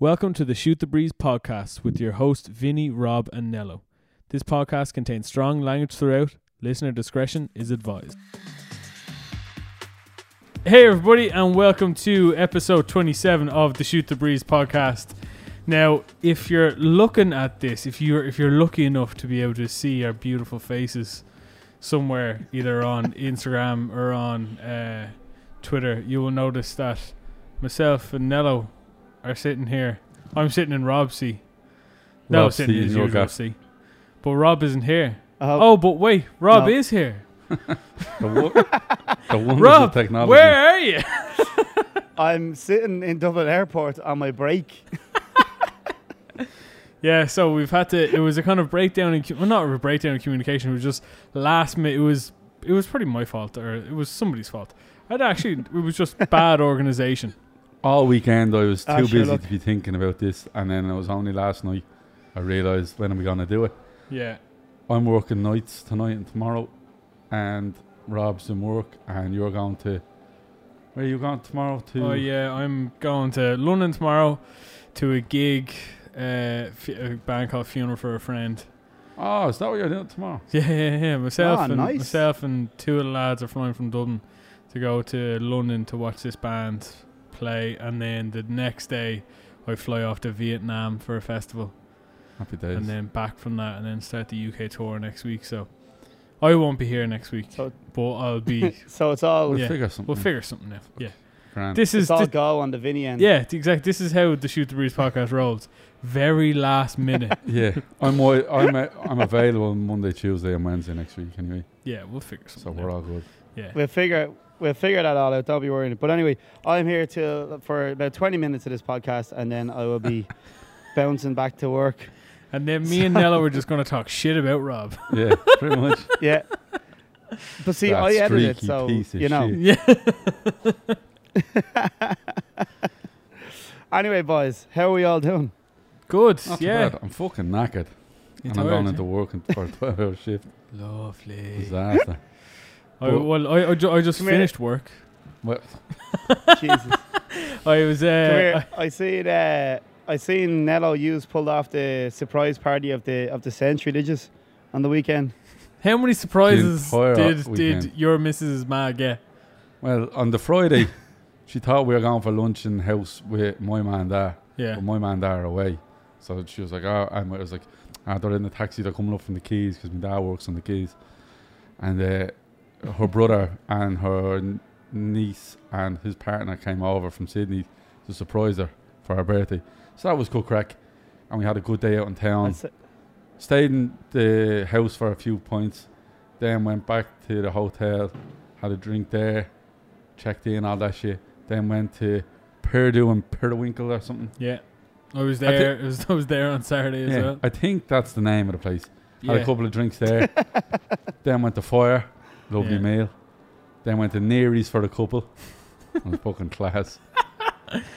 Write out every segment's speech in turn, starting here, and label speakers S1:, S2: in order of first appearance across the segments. S1: Welcome to the Shoot the Breeze podcast with your host Vinny, Rob, and Nello. This podcast contains strong language throughout. Listener discretion is advised. Hey, everybody, and welcome to episode 27 of the Shoot the Breeze podcast. Now, if you're looking at this, if you're if you're lucky enough to be able to see our beautiful faces somewhere, either on Instagram or on uh, Twitter, you will notice that myself and Nello are sitting here. I'm sitting in Rob's seat. No,
S2: Rob's
S1: sitting
S2: seat
S1: in his
S2: in your
S1: usual
S2: gaff.
S1: seat. But Rob isn't here.
S3: Oh,
S1: Oh, but wait, Rob
S3: No.
S1: is here.
S2: The, wo- the wonders
S1: Rob,
S2: of technology.
S1: Where are you?
S3: I'm sitting in Dublin Airport on my break.
S1: Yeah, so we've had to. It was a kind of breakdown in, cu- well, not a breakdown in communication. It was just last minute. It was, it was pretty my fault, or it was somebody's fault. I'd actually, it was just bad organization.
S2: All weekend I was too
S3: Ah, sure,
S2: busy
S3: look.
S2: to be thinking about this, and then it was only last night I realised when am we gonna do it.
S1: Yeah,
S2: I'm working nights tonight and tomorrow, and Rob's in work, and you're going to. Where are you going tomorrow to?
S1: oh yeah, I'm going to London tomorrow to a gig, uh, f- a band called Funeral for a Friend.
S2: Oh, is that what you're doing tomorrow?
S1: Yeah, yeah, yeah. Myself
S3: Ah,
S1: and
S3: nice.
S1: myself and two of the lads are flying from Dublin to go to London to watch this band play, and then the next day I fly off to Vietnam for a festival.
S2: Happy days.
S1: and then back from that and then start the UK tour next week. So I won't be here next week,
S3: So-
S1: but I'll be.
S3: So it's all
S2: we'll
S1: yeah,
S2: figure something.
S1: we'll figure something out. Yeah,
S2: Grand.
S1: this is
S3: it's all
S1: thi-
S3: go on the Vinny end.
S1: yeah, the exact. This is how the Shoot the Breeze podcast rolls. Very last minute.
S2: yeah, I'm wi- I'm a, I'm available Monday, Tuesday, and Wednesday next week anyway,
S1: yeah, we'll figure
S2: so
S1: something.
S2: we're
S1: out.
S2: all good.
S1: Yeah,
S3: We'll figure we'll figure that all out. Don't be worrying. But anyway, I'm here till for about 20 minutes of this podcast, and then I will be bouncing back to work.
S1: and then me and Nello were just gonna talk shit about Rob.
S2: Yeah, pretty much.
S3: Yeah. But see,
S2: That
S3: I edited it,
S2: streaky
S3: so
S2: piece of
S3: you know.
S2: shit.
S1: yeah,
S3: Anyway, boys, how are we all doing?
S1: good.
S2: Not too
S1: yeah,
S2: bad. I'm fucking knackered.
S1: You
S2: and I'm
S1: tired,
S2: going
S1: yeah?
S2: into work and- for a 12 hour shift.
S1: lovely.
S2: Disaster.
S1: I, well, I, I, ju- I just
S3: Come here.
S1: finished work.
S2: well,
S3: Jesus, Come
S1: I was. Uh,
S3: here. I seen uh, I seen Nello Hughes pulled off the surprise party of the of the century, did you? On the weekend.
S1: how many surprises
S2: entire
S1: did did
S2: weekend.
S1: your Mrs. Ma get?
S2: well, on the Friday, she thought we were going for lunch in the house with my man there.
S1: Yeah,
S2: But my man there are away. So she was like, oh, and I was like, ah, they're in the taxi, they're coming up from the Keys because my dad works on the Keys. And uh, her brother and her n- niece and his partner came over from Sydney to surprise her for her birthday. So that was cool crack. And we had a good day out in town.
S3: That's-
S2: stayed in the house for a few points, then went back to the hotel, had a drink there, checked in, all that shit. Then went to Purdue and Purdewinkle or something.
S1: Yeah, I was
S2: I thi-
S1: there. I, was, I was there on Saturday as
S2: yeah,
S1: well.
S2: I think that's the name of the place. Had
S1: Yeah.
S2: a couple of drinks there, then went to Fire, lovely
S1: Yeah.
S2: meal. Then went to Neary's for the couple. It was fucking class.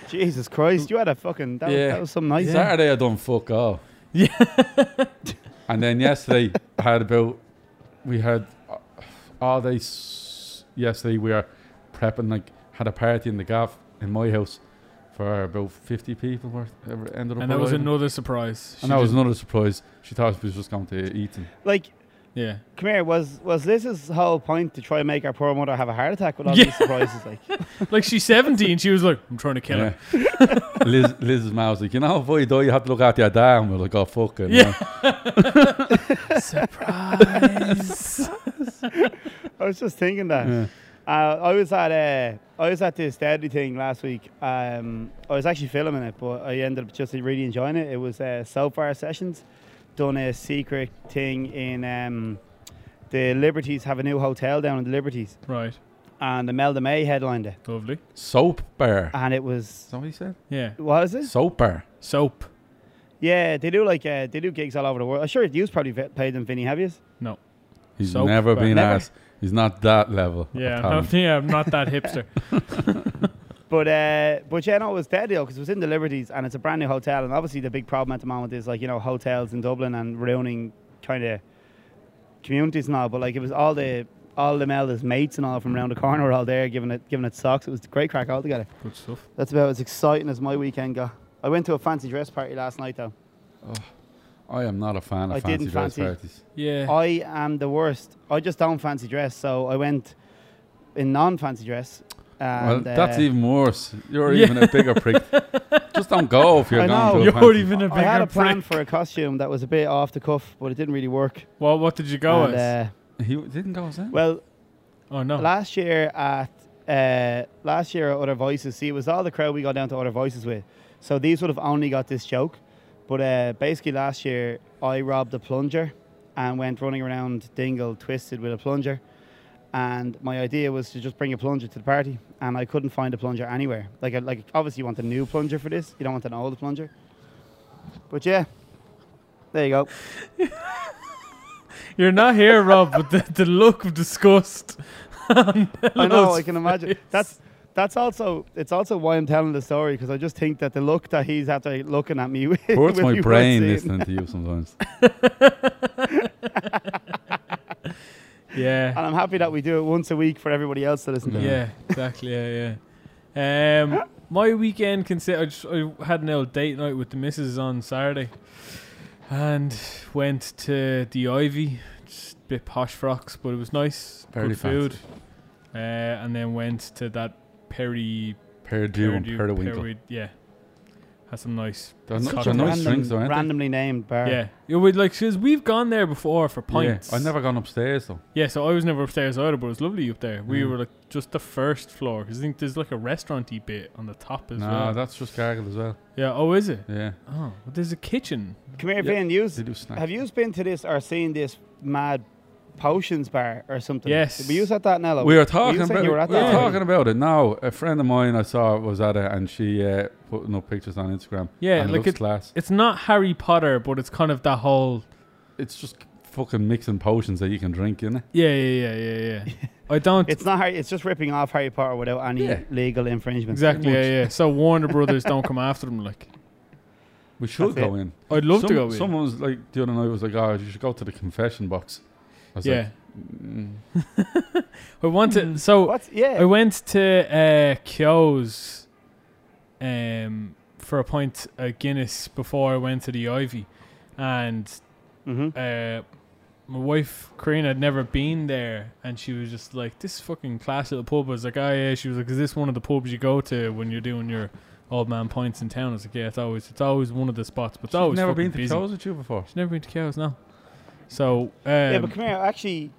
S3: Jesus Christ, you had a fucking that,
S2: Yeah.
S3: was, that was some nice.
S2: Saturday I done fuck all.
S1: Yeah.
S2: and then yesterday I had about we had uh, all day s- yesterday we were prepping like had a party in the gaff in my house for about fifty people worth ever ended up
S1: and that was
S2: arriving.
S1: another surprise. She
S2: and that was
S1: just-
S2: another surprise. She thought we was just going to eat and
S3: Like,
S1: yeah.
S3: come here, was was Liz's whole point to try and make our poor mother have a heart attack with all
S1: Yeah.
S3: these surprises? Like,
S1: Like she's 17, she was like, "I'm trying to kill her."
S2: Yeah. Liz, Liz's mum was like, you know, boy, though you have to look after your dad. And we're like, oh, fuck it.
S1: Yeah.
S2: man."
S1: surprise.
S3: I was just thinking that.
S2: Yeah.
S3: Uh, I was at uh, I was at this deadly thing last week. Um, I was actually filming it, but I ended up just really enjoying it. It was uh, South Bar Sessions, done a secret thing in um, the Liberties have a new hotel down in the Liberties,
S1: right.
S3: and Imelda May headlined it,
S1: Lovely.
S2: Soap
S1: Uh,
S2: bar.
S3: and it was
S2: Is that what he said?
S1: Yeah.
S3: what is it?
S2: Soap bar.
S1: Soap.
S3: Yeah, they do like uh, they do gigs all over the world. I'm sure you've probably v- played them, Vinny. Have you?
S1: No.
S2: He's
S1: Soap
S2: never
S1: bar.
S2: been
S3: Never.
S2: asked. He's not that level. of
S1: Yeah. I'm
S2: talent.
S1: not, yeah. I'm not that hipster.
S3: But uh, but yeah, no, it was dead deal because it was in the Liberties and it's a brand new hotel. And obviously, the big problem at the moment is like you know hotels in Dublin and ruining kind of communities and all. But like it was all the all the Melda's mates and all from around the corner were all there giving it giving it socks. It was great crack altogether.
S1: Good stuff.
S3: That's about as exciting as my weekend got. I went to a fancy dress party last night though.
S2: I am not a fan of
S3: I
S2: fancy
S3: didn't
S2: dress
S3: fancy-
S2: parties.
S1: Yeah.
S3: I am the worst. I just don't fancy dress, so I went in non-fancy dress.
S2: Well,
S3: And,
S2: that's
S3: uh,
S2: even worse. You're
S1: Yeah.
S2: even a bigger prick. Just don't go if you're
S3: I know.
S2: going to. a
S1: You're
S2: fancy-
S1: even a
S3: I had
S1: bigger
S3: a plan
S1: prick.
S3: for a costume that was a bit off the cuff, but it didn't really work.
S1: Well, what did you go
S3: And,
S1: as?
S3: uh,
S2: He didn't go. Was it?
S3: well,
S1: Oh no.
S3: Last year at uh, last year at Other Voices, see, it was all the crowd we got down to Other Voices with. So these would have only got this joke, but uh, basically last year I robbed a plunger and went running around Dingle twisted with a plunger. And my idea was to just bring a plunger to the party, and I couldn't find a plunger anywhere. Like, I- like obviously you want a new plunger for this, you don't want an old plunger. But yeah, there you go.
S1: You're not here, Rob, but the, the look of disgust. on
S3: I know.
S1: Elo's
S3: I can imagine.
S1: face.
S3: That's that's also it's also why I'm telling the story because I just think that the look that he's after looking at me with
S2: hurts
S3: when
S2: my
S3: you were
S2: brain
S3: seeing-
S2: listening to you sometimes.
S1: yeah.
S3: And I'm happy that we do it once a week for everybody else to listen to.
S1: Yeah, exactly. Yeah, yeah. Um, my weekend consider I, just, I had an old date night with the missus on Saturday, and went to the Ivy. Just a bit posh frocks, but it was nice.
S2: Very
S1: good
S2: fancy.
S1: food. Uh, and then went to that Perry.
S2: Perdu and
S1: Perdu-
S2: Periwinkle.
S1: yeah. Had some nice.
S2: They're
S1: Such
S2: not-
S1: a
S2: they're nice
S3: Random-
S2: drinks, though, aren't
S3: randomly named bar.
S1: Yeah, it would like because we've gone there before for
S2: they? Yeah.
S1: pints.
S2: I've never gone upstairs though.
S1: Yeah, so I was never upstairs either, but it was lovely up there. We
S2: Mm.
S1: were like just the first floor because I think there's like a restauranty bit on the top as
S2: Nah,
S1: well.
S2: that's just gargled as well.
S1: Yeah. Oh, is it?
S2: Yeah,
S1: Oh, well, there's a kitchen.
S3: Come here,
S2: Yeah.
S3: Ben. Yous,
S2: they do snacks.
S3: have you been to this or seen this mad potions bar or something?
S1: Yes.
S3: Did we use at that Nello?
S2: We were talking
S3: saying
S2: about
S3: you were
S2: we
S3: at
S2: were
S1: that
S2: talking about it now. A friend of mine I saw was at it, and she uh, putting up pictures on Instagram.
S1: Yeah,
S2: and it
S1: like it-
S2: looks class.
S1: It's not Harry Potter, but it's kind of that whole.
S2: It's just fucking mixing potions that you can drink in it.
S1: Yeah, yeah, yeah, yeah, yeah. I don't
S3: It's not Harry. It's just ripping off Harry Potter without any
S2: Yeah.
S3: legal infringement.
S1: exactly.
S2: much.
S1: Yeah, yeah. So Warner Brothers don't come after them. Like
S2: We should
S3: That's
S2: go in.
S1: I'd love to
S2: Some-
S1: go. in.
S2: Someone was like the other night was like, "Oh, you should go to the confession box." I was
S1: yeah,
S2: like, mm,
S1: I want to. So
S3: What's
S1: I
S3: yeah?
S1: went to uh, Kyo's um, for a pint of Guinness before I went to the Ivy, and
S3: Mm-hmm.
S1: uh, my wife Corinne had never been there, and she was just like, "This fucking class little pub." I was like, "Oh yeah." She was like, "Is this one of the pubs you go to when you're doing your old man pints in town?" I was like, "Yeah, it's always it's always one of the spots, but it's
S2: I've
S1: always
S2: never
S1: fucking
S2: been to
S1: busy."
S2: shows with you before.
S1: She's never been to Cows, no. So um,
S3: yeah, but come here. Actually,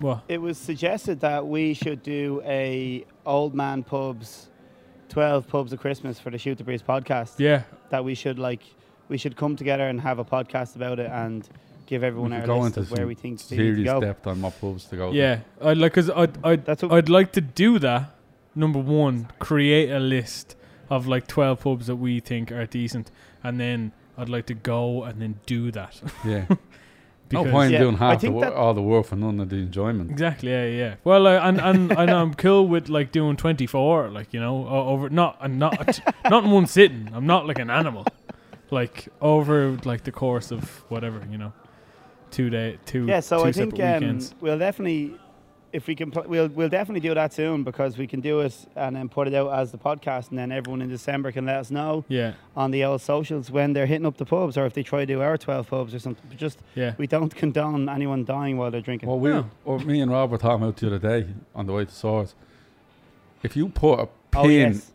S1: well,
S3: It was suggested that we should do a old man pubs, twelve pubs of Christmas for the Shoot the Breeze podcast.
S1: yeah,
S3: That we should like, we should come together and have a podcast about it and give everyone
S2: could
S3: our
S2: go
S3: list
S2: into
S3: of where
S2: some
S3: we think they need to
S2: Serious
S3: go.
S2: depth on my pubs to go. to.
S1: yeah. I like because I I
S3: That's what
S1: I'd like to do that. Number one, create a list of like twelve pubs that we think are decent, and then I'd like to go and then do that.
S2: yeah. no
S1: Because
S2: point
S3: Yeah,
S2: doing
S3: I
S2: half the
S3: think
S2: wor-
S3: that-
S2: all the work for none of the enjoyment.
S1: exactly, yeah, yeah. Well, uh, and and and I'm cool with like doing twenty four, like you know, o- over not and not not in one sitting. I'm not like an animal, like over like the course of whatever you know, two day two
S3: yeah, so
S1: two
S3: I think
S1: separate
S3: um,
S1: weekends.
S3: we'll definitely, if we can, pl- we'll we'll definitely do that soon because we can do it and then put it out as the podcast, and then everyone in December can let us know
S1: Yeah,
S3: on the old socials when they're hitting up the pubs or if they try to do our twelve pubs or something. But just
S1: yeah.
S3: we don't condone anyone dying while they're drinking.
S2: Well, we,
S1: No.
S2: well, me and Rob were talking about the other day on the way to Swords. If you put a pin
S3: oh yes.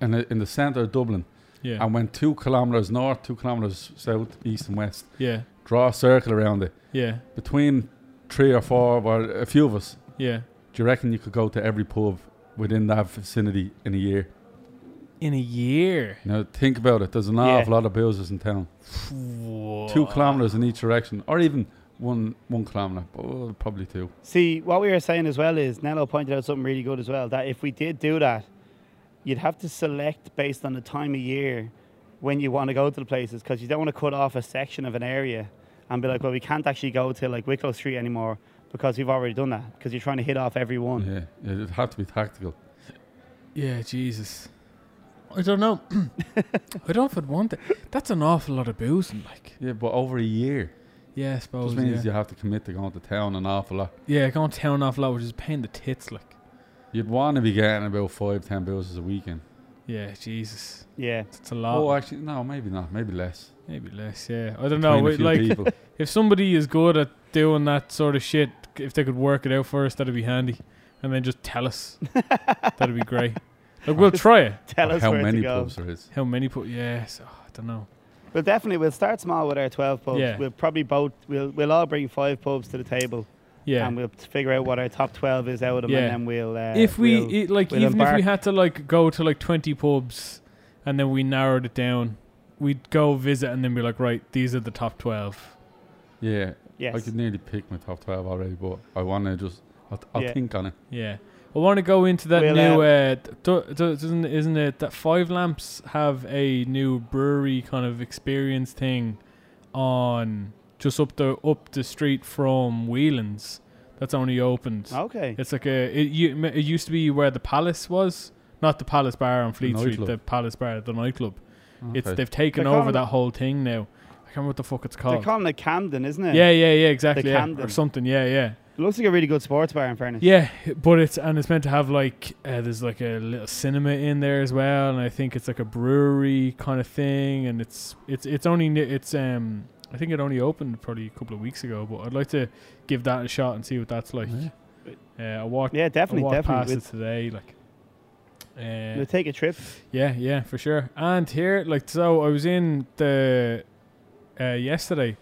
S2: in, the, in the centre of Dublin
S1: Yeah,
S2: and went two kilometres north, two kilometres south, east, and west,
S1: yeah,
S2: draw a circle around it
S1: yeah,
S2: between three or four, well, a few of us.
S1: yeah.
S2: Do you reckon you could go to every pub within that vicinity in a year?
S1: In a year,
S2: Now think about it. There's an
S3: Yeah.
S2: awful lot of builders in town. Two kilometres in each direction, or even one one kilometre, oh, probably two.
S3: See, what we were saying as well is Nello pointed out something really good as well that if we did do that, you'd have to select based on the time of year when you want to go to the places because you don't want to cut off a section of an area and be like, well, we can't actually go to like Wicklow Street anymore because we've already done that because you're trying to hit off every one.
S2: Yeah, it'd have to be tactical.
S1: Yeah, Jesus. I don't know. I don't know if I'd want it. That's an awful lot of booze, and like,
S2: Yeah, but over a year
S1: yeah, I suppose.
S2: just means
S1: yeah.
S2: you have to commit to going to town an awful lot.
S1: yeah, going town off a lot, which is paying the tits, like.
S2: You'd want to be getting about five, ten bills a weekend.
S1: Yeah, Jesus,
S3: Yeah.
S1: it's a lot.
S2: Oh, actually, no, maybe not. Maybe less.
S1: Maybe less. Yeah, I don't know.
S2: Between a
S1: Wait,
S2: few
S1: like,
S2: people.
S1: if somebody is good at doing that sort of shit, if they could work it out for us, that'd be handy. And then just tell us. that'd be great. Like we'll try it.
S3: Tell
S2: Or
S3: us
S2: how
S3: where
S2: many
S3: to go.
S2: pubs there is.
S1: How many put? Yes, oh, I don't know.
S3: Well, definitely, we'll start small with our 12 pubs.
S1: Yeah.
S3: We'll probably both, we'll, we'll all bring five pubs to the table
S1: Yeah.
S3: and we'll t- figure out what our top 12 is out of them
S1: Yeah.
S3: and then we'll. Uh,
S1: if we
S3: we'll-
S1: it, like,
S3: we'll
S1: even if we
S3: embark-
S1: had to like go to like twenty pubs, and then we narrowed it down, we'd go visit and then be like, right, these are the top twelve.
S2: Yeah,
S3: yes.
S2: I could nearly pick my top twelve already, but I want to just. I'll, I'll
S3: Yeah.
S2: think on it.
S1: Yeah. I want to go into that
S3: We'll,
S1: new.
S3: uh,
S1: Uh, th- th- th- doesn't isn't it that Five Lamps have a new brewery kind of experience thing on just up the up the street from Whelan's that's only opened.
S3: okay.
S1: It's like a it, u- m- it used to be where the Palace was, not the Palace Bar on Fleet Street,
S2: nightclub.
S1: the Palace Bar, the nightclub. It's
S2: Okay.
S1: they've taken
S3: They're
S1: over
S3: calling
S1: that
S3: it-
S1: whole thing now. I can't remember what the fuck it's
S3: They're
S1: called.
S3: calling it Camden, isn't it?
S1: yeah, yeah, yeah, exactly, yeah, or
S3: Camden.
S1: something. Yeah, yeah.
S3: It looks like a really good sports bar, in fairness.
S1: Yeah, but it's and it's meant to have like uh, there's like a little cinema in there as well, and I think it's like a brewery kind of thing, and it's it's it's only ni- it's um I think it only opened probably a couple of weeks ago, but I'd like to give that a shot and see what that's like.
S2: Yeah.
S1: Uh, I walked
S3: Yeah,
S1: I
S3: definitely,
S1: walked past
S3: definitely.
S1: it today, like.
S3: We'll,
S1: Uh,
S3: we'll take a trip.
S1: yeah, yeah, for sure. And here, like, so I was in the uh, yesterday.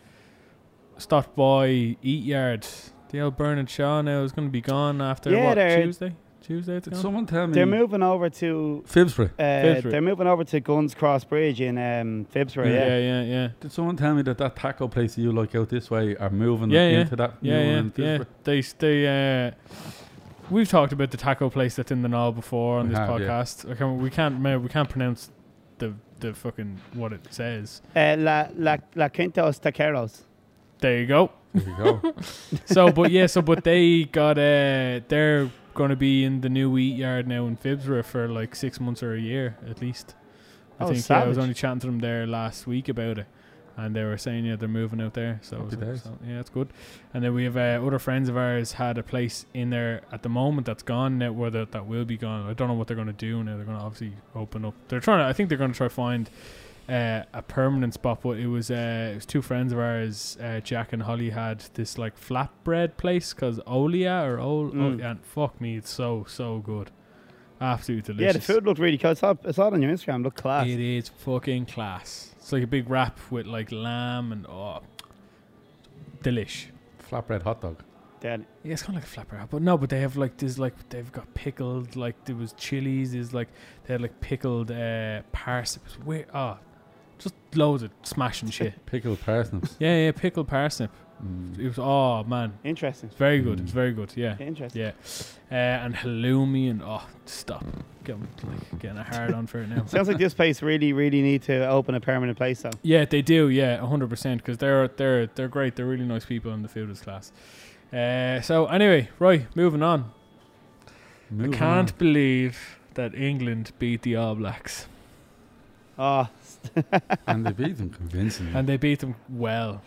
S1: Stopped by Eat Yard. The old Burn and Shaw now is going to be gone after
S3: Yeah,
S1: what
S3: they're-
S1: Tuesday. Tuesday it's
S2: Did
S1: gone.
S2: someone tell me?
S3: They're moving over to.
S2: Fibsbury.
S3: Uh,
S1: Fibsbury.
S3: they're moving over to Guns Cross Bridge in um, Fibsbury. Yeah.
S1: yeah, yeah, yeah,
S2: Did someone tell me that that taco place you like out this way are moving
S1: Yeah, yeah.
S2: into that
S1: yeah,
S2: new
S1: yeah,
S2: one in
S1: yeah.
S2: Fibsbury?
S1: They, s- they. Uh, we've talked about the taco place that's in the Knoll before on
S2: We
S1: this
S2: have, yeah.
S1: podcast. I can't, we can't, remember- we can't pronounce the the fucking what it says.
S3: Uh, La, La, La Quintos Taqueros.
S1: There you go.
S2: There you go.
S1: So, but yeah, so but they got uh, they're gonna be in the new wheat yard now in Fibsborough for like six months or a year at least. I
S3: Oh,
S1: think yeah, I was
S3: savage.
S1: only chatting to them there last week about it, and they were saying yeah they're moving out there. So, I was
S2: Happy
S1: like,
S2: days.
S1: so, yeah, that's good. And then we have uh, other friends of ours had a place in there at the moment that's gone now, whether that will be gone. I don't know what they're gonna do now. They're gonna obviously open up. They're trying to. I think they're gonna try find uh, a permanent spot, but it was uh, it was two friends of ours, uh, Jack and Holly, had this like flatbread place because Olia or Ol
S3: Mm.
S1: oh, and fuck me, it's so so good, absolutely
S3: Yeah, the
S1: delicious.
S3: food looked really cool. I saw, I saw it on your Instagram. Looked class.
S1: It is fucking class. It's like a big wrap with like lamb and oh, delish.
S2: Flatbread hot dog.
S3: Dead.
S1: Yeah, it's kind of like a flatbread, but no, but they have like this, like they've got pickled, like there was chilies, is like they had like pickled uh, parsnips. Where ah, just loads of smashing shit.
S2: Pickled parsnips.
S1: Yeah, yeah, pickled parsnip.
S2: Mm.
S1: It was oh man,
S3: Interesting.
S1: it's very good.
S2: Mm.
S1: It's very good. Yeah,
S3: Interesting.
S1: yeah, uh, and halloumi and oh, stop, getting like getting a hard on for it now.
S3: Sounds like this place really, really need to open a permanent place though.
S1: Yeah, they do. Yeah, hundred percent. Because they're they're they're great. They're really nice people, and the food is class. Uh, so anyway, right, moving on.
S2: Moving
S1: I can't
S2: on.
S1: believe that England beat the All Blacks,
S3: Oh,
S2: and they beat them convincingly.
S1: and they beat them well.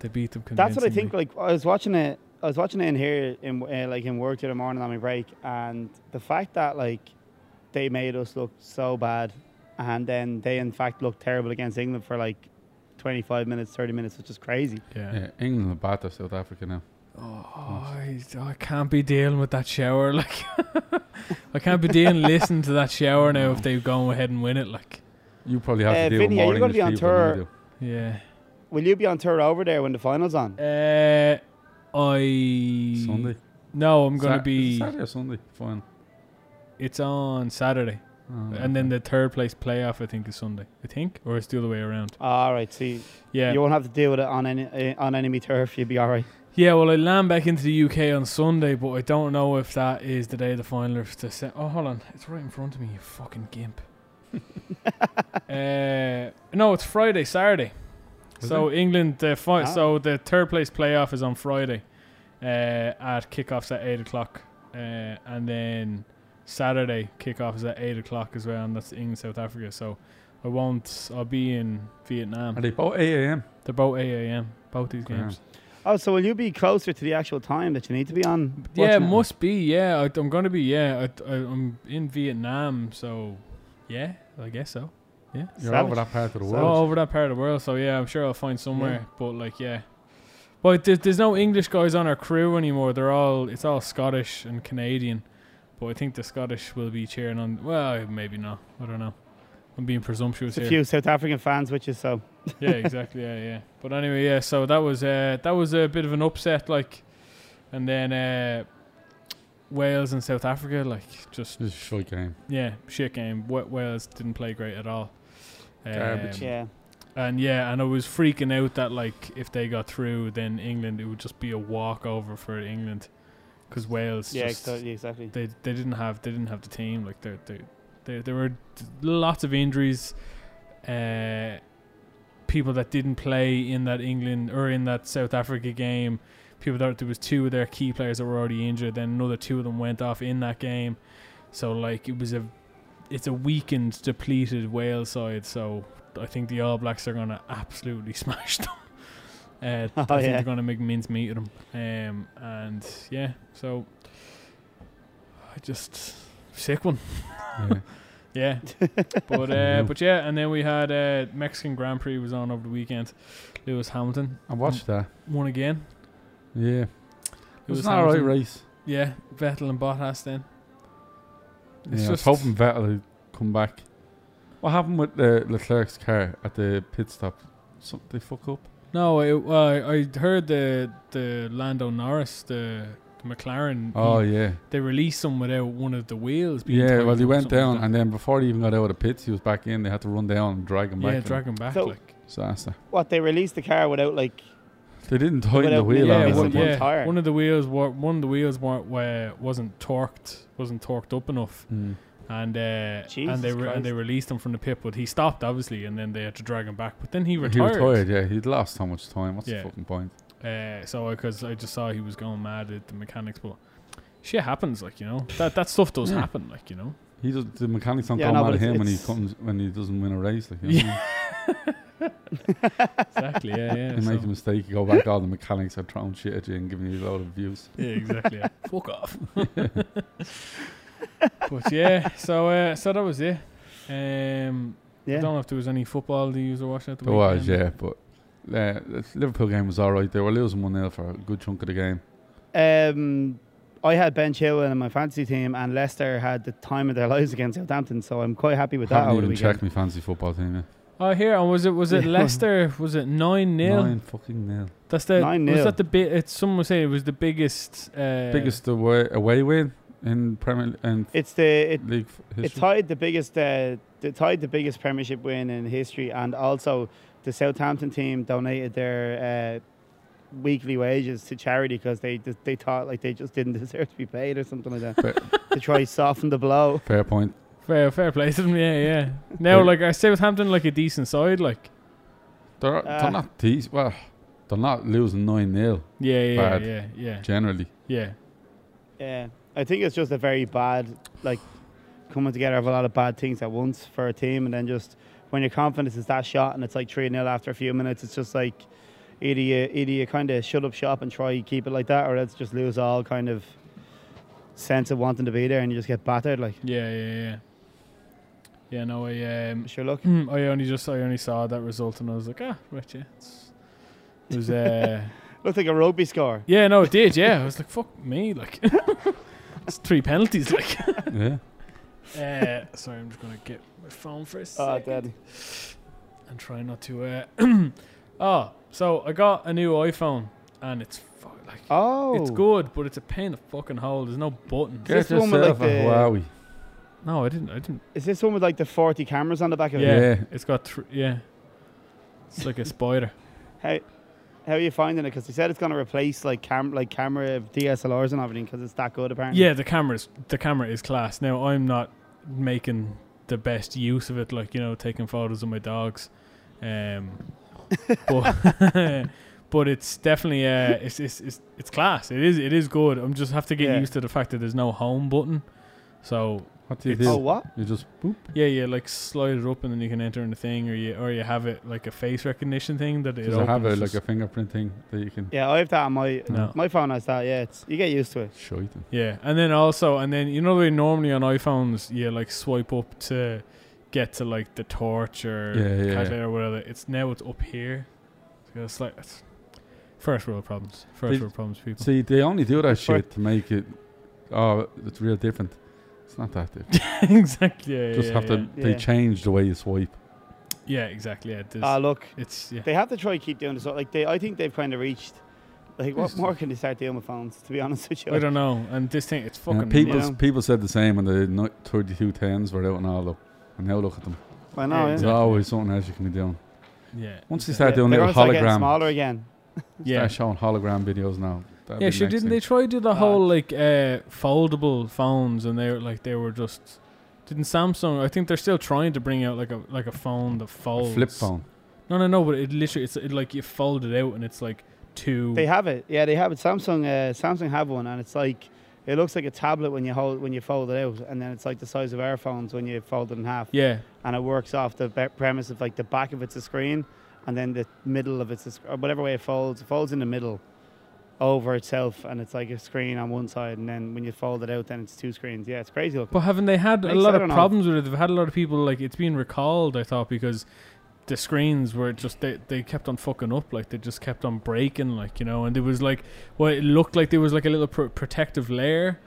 S1: They beat them.
S3: that's what I think.
S1: convincingly.
S3: Like I was watching it, I was watching it in here in uh, like in work the other morning on my break, and the fact that like they made us look so bad, and then they in fact looked terrible against England for like 25 minutes, 30 minutes, which is crazy.
S1: Yeah.
S2: yeah, England will batter South Africa now.
S1: Oh, I, I can't be dealing with that shower. Like, I can't be dealing listening to that shower now if they go ahead and win it. Like,
S2: You probably have
S3: Uh,
S2: to deal
S3: Vinny,
S2: with
S3: are
S2: more
S3: you gonna
S2: English
S3: be on
S2: people than I
S3: tour?
S2: do.
S1: yeah.
S3: Will you be on tour over there when the finals on?
S1: Uh, I
S2: Sunday.
S1: No, I'm gonna
S2: Sat-
S1: be.
S2: Saturday or Sunday. Fine.
S1: It's on Saturday,
S2: Oh,
S1: and then
S2: okay.
S1: the third place playoff I think is Sunday. I think, or it's the other way around.
S3: All right, see,
S1: Yeah,
S3: you won't have to deal with it on any eh, on enemy turf. You'll be all right.
S1: yeah. Well, I land back into the UK on Sunday, but I don't know if that is the day of the final or if the se- oh, hold on, it's right in front of me. You fucking gimp. uh, no, it's Friday, Saturday.
S2: Is
S1: so England, the fi-
S3: Ah.
S1: so the third place playoff is on Friday, uh, at kickoffs at eight o'clock, uh, and then Saturday kickoff is at eight o'clock as well, and that's England South Africa. So I won't. I'll be in
S2: Are
S1: Vietnam.
S2: they both 8 a.m.?
S1: They're both eight a.m. Both these
S2: Grand.
S1: games.
S3: Oh, so will you be closer to the actual time that you need to be on?
S1: Yeah,
S3: watching it?
S1: must be. Yeah, I, I'm gonna be. Yeah, I, I, I'm in Vietnam, so Yeah, I guess so.
S2: You're
S3: Savage.
S2: over that part of the
S1: All
S2: world.
S1: over that part of the world. So yeah, I'm sure I'll find somewhere. But like, yeah. But there, there's no English guys on our crew anymore. They're all it's all Scottish and Canadian. But I think the Scottish will be cheering on. Well, maybe not. I don't know. I'm being presumptuous
S3: There's a
S1: here.
S3: few South African fans with you, so
S1: yeah, exactly. Yeah, yeah. But anyway, yeah. So that was uh, that was a bit of an upset, like, and then uh, Wales and South Africa, like, just
S2: This is a shite game.
S1: yeah, shit game. Wa- Wales didn't play great at all.
S2: Garbage.
S1: Um,
S3: yeah.
S1: and yeah, and I was freaking out that like if they got through, then England it would just be a walkover for England, because Wales
S3: Yeah,
S1: just
S3: exactly. exactly.
S1: they they didn't have they didn't have the team like they they they there were d- lots of injuries, uh, people that didn't play in that England or in that South Africa game, people that there was two of their key players that were already injured, then another two of them went off in that game, so like it was a it's a weakened, depleted Wales side. So I think the All Blacks are gonna absolutely smash them. Uh, I
S3: Oh,
S1: think
S3: yeah.
S1: they're gonna make mince meat of them. Um, and yeah, so I just sick one.
S2: Yeah.
S1: Yeah, but uh, but yeah, and then we had uh, Mexican Grand Prix was on over the weekend. Lewis Hamilton
S2: I watched that.
S1: won again.
S2: Yeah. It was,
S1: Lewis
S2: an alright
S1: Hamilton-
S2: race.
S1: Yeah, Vettel and Bottas then. It's
S2: yeah,
S1: just
S2: I was hoping Vettel would come back. What happened with uh, Leclerc's car at the pit stop? Some, they fuck up.
S1: no. It, uh, I heard the the Lando Norris the, the McLaren.
S2: Oh
S1: he-
S2: yeah,
S1: they released him without one of the wheels. Being
S2: yeah.
S1: tied
S2: Well, he
S1: up or
S2: went
S1: something
S2: down,
S1: like
S2: and then before he even got out of the pits, he was back in. They had to run down and drag him
S1: that.
S2: back.
S1: yeah,
S2: in.
S1: drag him back.
S3: So-
S1: like
S2: Disaster.
S3: What they released the car without like
S2: They didn't tighten the
S3: Without
S2: wheel.
S3: Yeah,
S1: yeah,
S2: on
S3: it
S2: that
S1: one,
S3: wasn't
S2: one.
S1: yeah,
S3: tire.
S1: one of the wheels were one of the wheels weren't were, wasn't torqued, wasn't torqued up enough,
S2: Mm.
S1: and uh, and they
S3: Jesus
S1: re- and they
S3: Christ.
S1: released him from the pit, but he stopped obviously, and then they had to drag him back. But then he
S2: He
S1: retired.
S2: retired, yeah. He'd lost how much time? What's
S1: Yeah.
S2: the fucking point?
S1: Uh, so because I just saw he was going mad at the mechanics, but shit happens, like you know that that stuff does
S2: Yeah.
S1: happen, like you know.
S2: He does, the mechanics don't
S3: Yeah,
S2: come
S3: no,
S2: out
S3: but
S2: of
S3: it's-
S2: him when he
S3: it's-
S2: comes when he doesn't win a race. Like, you know?
S1: Exactly. Yeah. Yeah.
S2: You
S1: so-
S2: make a mistake, you go back. All the mechanics are throwing shit at you and giving you a load of views.
S1: Yeah, exactly. yeah. Fuck off. but yeah, so uh, so that was it. Um, I
S3: yeah.
S1: don't know if there was any football that you were watching at the
S2: There
S1: weekend.
S2: was, yeah, but uh, the Liverpool game was all right. They were losing one 0 for a good chunk of the game.
S3: Um, I had Ben Chilwell in my fantasy team, and Leicester had the time of their lives against Southampton, so I'm quite happy with that.
S2: Haven't
S3: Over the
S2: even
S3: weekend.
S2: checked my fancy football team. yet.
S1: Oh, here and was it was it
S3: Yeah.
S1: Leicester? Was it nine 0
S2: Nine fucking nil.
S1: That's the was
S3: 9-0.
S1: that the bit? It's someone was saying it was the biggest uh,
S2: Biggest away, away win in Premier and
S3: It's the it,
S2: league f-
S3: it
S2: history.
S3: tied the biggest uh, it tied the biggest Premiership win in history, and also the Southampton team donated their uh, weekly wages to charity because they they thought like they just didn't deserve to be paid or something like that
S2: Fair,
S3: to try soften the blow.
S2: fair point.
S1: Fair, fair play to them. Yeah, yeah. Now,
S2: Yeah.
S1: like I Southampton, like a decent side. Like
S2: They're,
S3: Uh,
S2: they're not these. Well, they're not losing nine 0
S1: yeah, yeah,
S2: Bad.
S1: yeah, yeah,
S2: generally.
S1: yeah.
S3: Yeah, I think it's just a very bad like coming together of a lot of bad things at once for a team, and then just when your confidence is that shot and it's like three 0 after a few minutes, it's just like either you, either you kind of shut up shop and try keep it like that, or else just lose all kind of sense of wanting to be there and you just get battered. Like
S1: Yeah, yeah, yeah. Yeah, no, I um,
S3: sure, look,
S1: I only just I only saw that result and I was like, ah, right, yeah. It's, it was uh,
S3: looked like a rugby score.
S1: yeah, no, it did, yeah. I was like, fuck me, like it's three penalties, like.
S2: Yeah.
S1: Uh, sorry, I'm just gonna get my phone for a
S3: Oh,
S1: second
S3: dead.
S1: and try not to. Uh, oh, so I got a new iPhone and it's fu- like
S3: Oh,
S1: it's good, but it's a pain in the fucking hole. There's no buttons.
S3: this
S2: Get
S3: the one with,
S2: yourself
S3: like,
S2: a
S3: the-
S2: Huawei.
S1: No, I didn't. I didn't.
S3: Is this one with like the forty cameras on the back of
S1: Yeah,
S3: it?
S2: Yeah.
S1: it's got three. Yeah, it's like a spider.
S3: How, how are you finding it? Because they said it's going to replace like cam like camera DSLRs and everything because it's that good apparently.
S1: Yeah, the cameras, the camera is class. Now I'm not making the best use of it, like you know, taking photos of my dogs, um, but but it's definitely uh, it's, it's it's it's class. It is it is good. I'm just have to get
S3: Yeah.
S1: used to the fact that there's no home button. So
S2: What do you
S1: It's-
S2: do?
S3: Oh, what?
S2: You just boop.
S1: yeah, you like slide it up and then you can enter in the thing, or you or you have it like a face recognition thing that it
S2: Does it have a,
S1: opens
S2: like
S1: just-
S2: a fingerprint thing that you can
S3: Yeah, I have that on my
S1: No.
S3: my phone has that. Yeah, it's, you get used to it.
S2: show it?
S1: Yeah, and then also, and then you know the way normally on iPhones, you like swipe up to get to like the torch or
S2: Yeah, yeah,
S1: Calculator
S2: yeah.
S1: or whatever. It's now it's up here. So it's like it's first world problems. First
S2: They-
S1: world problems, people.
S2: See, they only do that
S1: That's right.
S2: shit to make it. Oh, it's real different. It's not that different.
S1: exactly. Yeah,
S2: Just
S1: yeah,
S2: have to.
S1: yeah.
S2: They
S3: Yeah.
S2: change the way you swipe.
S1: Yeah, exactly. Yeah, it is.
S3: Ah, look,
S1: it's yeah.
S3: they have to try and keep doing this. Like they, I think they've kind of reached. Like, what
S2: Yes.
S3: more can they start doing with phones? To be honest with you,
S1: I don't know. And this thing, it's
S2: Yeah,
S1: fucking.
S2: people,
S3: Yeah.
S2: people said the same when the ni- 3210s were out and all though. And now look at them.
S3: I know. Yeah.
S2: There's
S1: Exactly.
S2: always something else you can be doing.
S1: yeah.
S2: Once they
S1: exactly.
S2: start doing
S3: They're
S2: little
S3: gonna start getting
S2: hologram,
S3: smaller again.
S1: yeah,
S2: start showing hologram videos now. That'd
S1: yeah.
S2: be the
S1: Sure,
S2: next
S1: didn't
S2: thing.
S1: they try to do the
S3: Ah.
S1: whole like uh, foldable phones and they were like they were just. Didn't Samsung? I think they're still trying to bring out like a like a phone that folds.
S2: A flip phone.
S1: No, no, no. But it literally, it's it, like you fold it out and it's like two.
S3: They have it. Yeah, they have it. Samsung, uh, Samsung have one, and it's like it looks like a tablet when you hold when you fold it out, and then it's like the size of our phones when you fold it in half.
S1: yeah,
S3: And it works off the be- premise of like the back of it's a screen, and then the middle of it's a sc- or whatever way it folds, it folds in the middle over itself, and it's like a screen on one side, and then when you fold it out, then it's two screens. Yeah, it's crazy looking.
S1: but haven't they had a
S3: Makes- I
S1: lot of
S3: don't know.
S1: problems with it? They've had a lot of people like it's been recalled. I thought because the screens were just they, they kept on fucking up like they just kept on breaking like you know and there was like well it looked like there was like a little pr- protective layer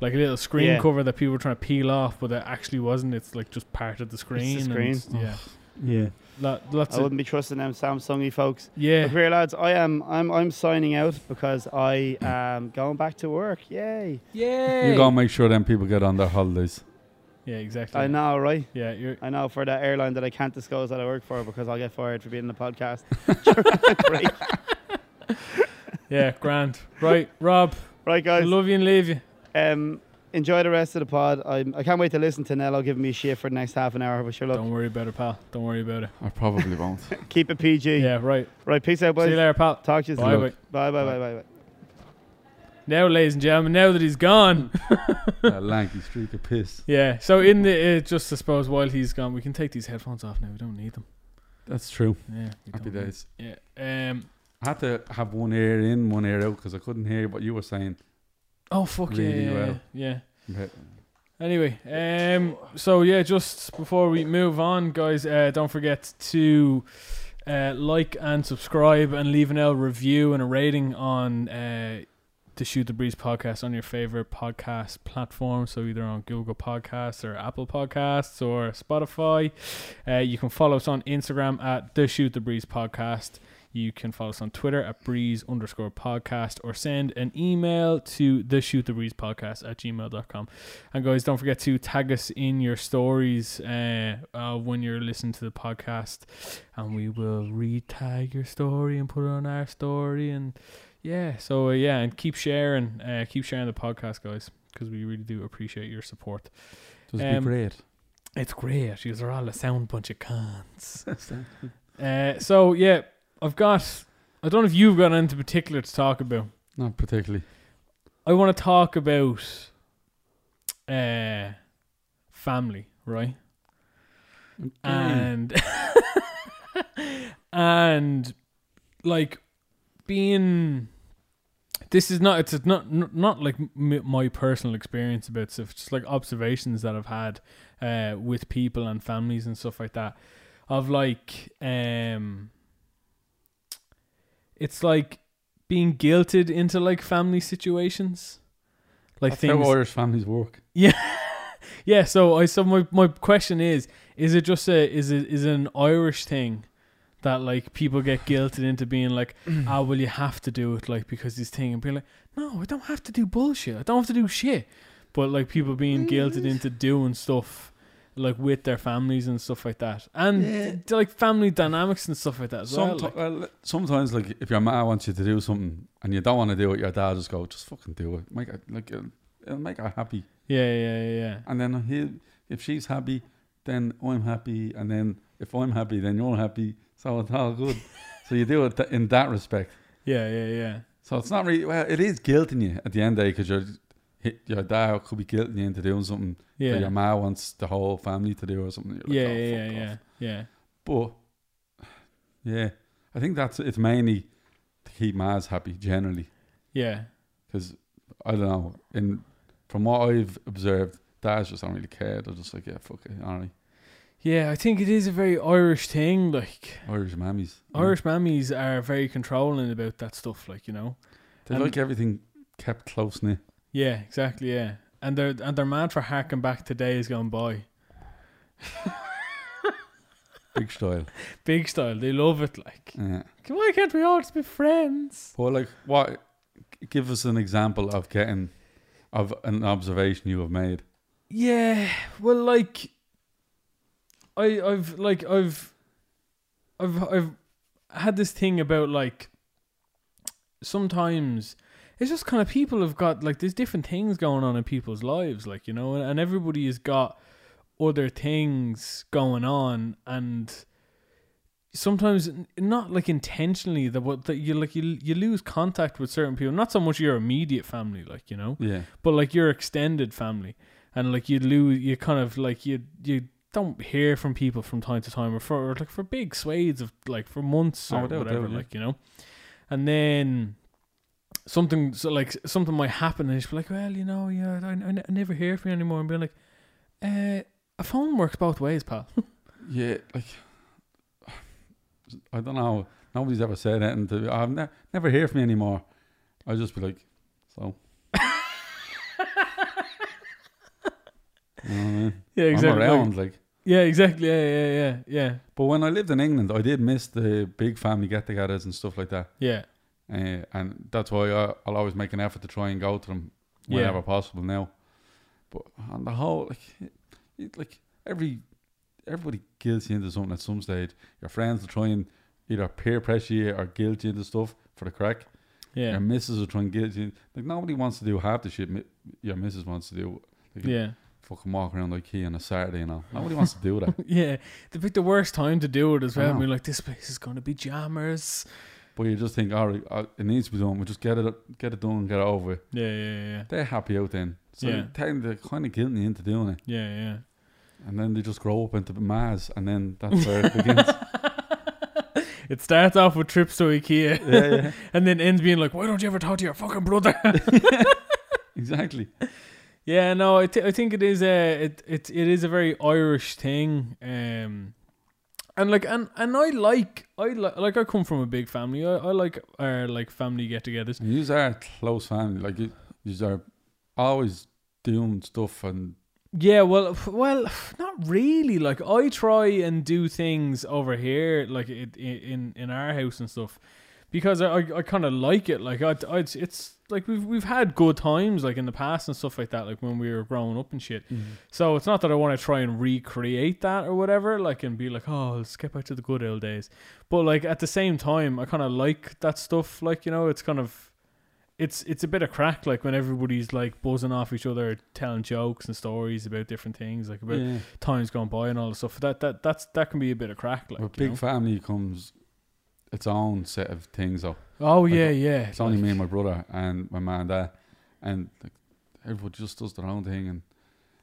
S1: like a little screen
S3: Yeah.
S1: cover that people were trying to peel off but that actually wasn't it's like just part of the screen, and
S3: screen.
S1: it's- yeah
S3: Yeah,
S1: Lo- lots
S3: I
S1: of
S3: wouldn't be trusting them Samsungy folks. But
S1: yeah
S3: here, lads, I am I'm I'm signing out because I am going back to work. Yay!
S1: yeah
S2: You gotta make sure them people get on their holidays.
S1: yeah exactly
S3: I know, right?
S1: yeah you're
S3: I know for that airline that I can't disclose that I work for because I'll get fired for being in the podcast.
S1: yeah grand right Rob
S3: Right,
S1: I
S3: guys.
S1: love you and leave you
S3: Um, enjoy the rest of the pod. I'm, I can't wait to listen to Nello giving me shit for the next half an hour. But sure, look,
S1: Don't worry about it, pal. Don't worry about it.
S2: I probably won't.
S3: keep it PG.
S1: Yeah, right.
S3: Right, peace out,
S1: See
S3: boys.
S1: you later, pal.
S3: Talk to you
S1: Bye,
S3: soon.
S1: bye.
S3: Bye, bye, bye, bye, bye.
S1: Now, ladies and gentlemen, now that he's gone,
S2: that lanky streak of piss.
S1: yeah. So in the uh, just I suppose while he's gone, we can take these headphones off now. We don't need them.
S2: That's true.
S1: Yeah, we
S2: Happy
S1: don't need-
S2: days.
S1: Yeah. Um.
S2: I had to have one ear in, one ear out because I couldn't hear what you were saying.
S1: Oh fuck yeah,
S2: Really
S1: yeah,
S2: well.
S1: yeah. yeah.
S2: But
S1: Anyway, um, so yeah, just before we move on, guys, uh, don't forget to uh, like and subscribe and leave an L review and a rating on uh, the Shoot the Breeze podcast on your favorite podcast platform. So either on Google Podcasts or Apple Podcasts or Spotify. Uh, you can follow us on Instagram at the Shoot the Breeze podcast. You can follow us on Twitter at breeze underscore podcast or send an email to the shoot the breeze podcast at gmail.com. And guys, don't forget to tag us in your stories uh, uh, when you're listening to the podcast, and we will retag your story and put it on our story. And yeah, so uh, yeah, and keep sharing, uh, keep sharing the podcast, guys, because we really do appreciate your support.
S2: just
S1: Um,
S2: be great.
S1: It's great. You are all a sound bunch of cons. uh, so yeah, I've got. I don't know if you've got anything particular to talk about.
S2: Not particularly.
S1: I want to talk about uh, family, right? and and like being this is not it's not n- not like m- my personal experience about stuff it's just like observations that i've had uh with people and families and stuff like that of like um it's like being guilted into like family situations like
S2: That's
S1: things
S2: how Irish families work.
S1: yeah, so I so my, my question is is it just a is it is it an Irish thing that like people get guilted into being like, ah well you have to do it like because this thing and be like, No, I don't have to do bullshit. I don't have to do shit. But like people being guilted into doing stuff like with their families and stuff like that. And d- like family dynamics and stuff like that as well.
S2: Someti-
S1: like-
S2: well, sometimes, like if your ma wants you to do something and you don't want to do it, your dad just go, "Just fucking do it." Make her, like it'll, it'll make her happy,
S1: yeah, yeah, yeah, yeah.
S2: and then he, if she's happy, then I'm happy, and then if I'm happy, then you're happy. So it's all good. so you do it th- in that respect.
S1: Yeah, yeah, yeah.
S2: So it's not really well. It is guilting you at the end of the day because your your dad could be guilting you into doing something that
S1: Yeah.
S2: your ma wants the whole family to do or something. You're like,
S1: Yeah,
S2: "Oh,
S1: yeah, yeah,
S2: fuck off."
S1: yeah, yeah.
S2: But yeah, I think that's it's mainly to keep Maz happy generally
S1: Yeah.
S2: because I don't know. In from what I've observed, dads just don't really care. They're just like, yeah, fuck it, alright.
S1: Yeah, I think it is a very Irish thing. Like
S2: Irish mammies.
S1: Irish mammies are very controlling about that stuff. Like you know.
S2: They
S1: um,
S2: like everything kept close knit.
S1: Yeah, exactly. Yeah, and they're and they're mad for hacking back to days gone by.
S2: Big style.
S1: Big style. They love it. Like,
S2: Yeah.
S1: why can't we all just be friends?
S2: Well, like, what? Give us an example of getting of an observation you have made.
S1: Yeah, well, like, I, I've like I've, I've I've had this thing about like. Sometimes it's just kind of people have got like there's different things going on in people's lives, like you know, and, and everybody has got other things going on, and sometimes n- not like intentionally that what that you like you you lose contact with certain people, not so much your immediate family, like you know,
S2: Yeah.
S1: but like your extended family and like you lose you kind of like you you don't hear from people from time to time or for or like for big swathes of like for months
S2: Oh,
S1: or
S2: without
S1: whatever
S2: doubt, yeah.
S1: like you know and then something so like something might happen and you be like well you know yeah I, I ne- I never hear from you anymore and being like uh a phone works both ways pal
S2: Yeah. Like, I don't know. Nobody's ever said anything to me. I've ne- never hear from you anymore. I'll just be like, so. You know what I mean?
S1: yeah
S2: I'm
S1: exactly like-
S2: around, like.
S1: yeah exactly yeah yeah yeah yeah
S2: But when I lived in England, I did miss the big family get-togethers and stuff like that,
S1: yeah
S2: uh, and that's why I, I'll always make an effort to try and go to them
S1: Yeah.
S2: whenever possible now. But on the whole, like, it, like every everybody guilts you into something at some stage. Your friends will try and either peer pressure you or guilt you into stuff for the crack.
S1: yeah
S2: Your missus will try and guilt you. Like nobody wants to do half the shit mi- your missus wants to do. Like,
S1: yeah
S2: Fucking walk around like he on a Saturday, you know. Nobody wants to do that.
S1: yeah they picked the worst time to do it as
S2: I
S1: well and
S2: know.
S1: be like this place is gonna be jammers
S2: But you just think, all right, uh, it needs to be done. We just get it, get it done, and get it over. with.
S1: yeah yeah yeah
S2: They're er happy out then. So
S1: Yeah.
S2: they, they're kind of guilting you into doing it,
S1: Yeah, yeah.
S2: and then they just grow up into Mars, and then that's where it begins.
S1: It starts off with trips to Ikea
S2: yeah, yeah,
S1: and then ends being like, why don't you ever talk to your fucking brother?
S2: exactly.
S1: yeah, no, I, th- I think it is a it, it it is a very Irish thing. Um and like and and I like I like like I come from a big family. I, I like our like family get-togethers.
S2: And you are a close family, like you, you are always doing stuff, and
S1: Yeah, well, f- well, not really. Like I try and do things over here, like it, i- in in our house and stuff, because I I, I kind of like it. Like I, I it's like we've we've had good times like in the past and stuff like that. Like when we were growing up and shit. So it's not that I want to try and recreate that or whatever. Like and be like, oh, let's get back to the good old days. But like at the same time, I kind of like that stuff. Like you know, it's kind of it's it's a bit of crack like when everybody's like buzzing off each other telling jokes and stories about different things like about
S2: yeah.
S1: times gone by and all the stuff that that that's that can be a bit of crack like
S2: with
S1: you
S2: big
S1: know?
S2: family comes its own set of things. Though
S1: oh
S2: Like, uh,
S1: yeah yeah
S2: it's only
S1: like-
S2: me and my brother and my man and dad, and like, everyone just does their own thing. And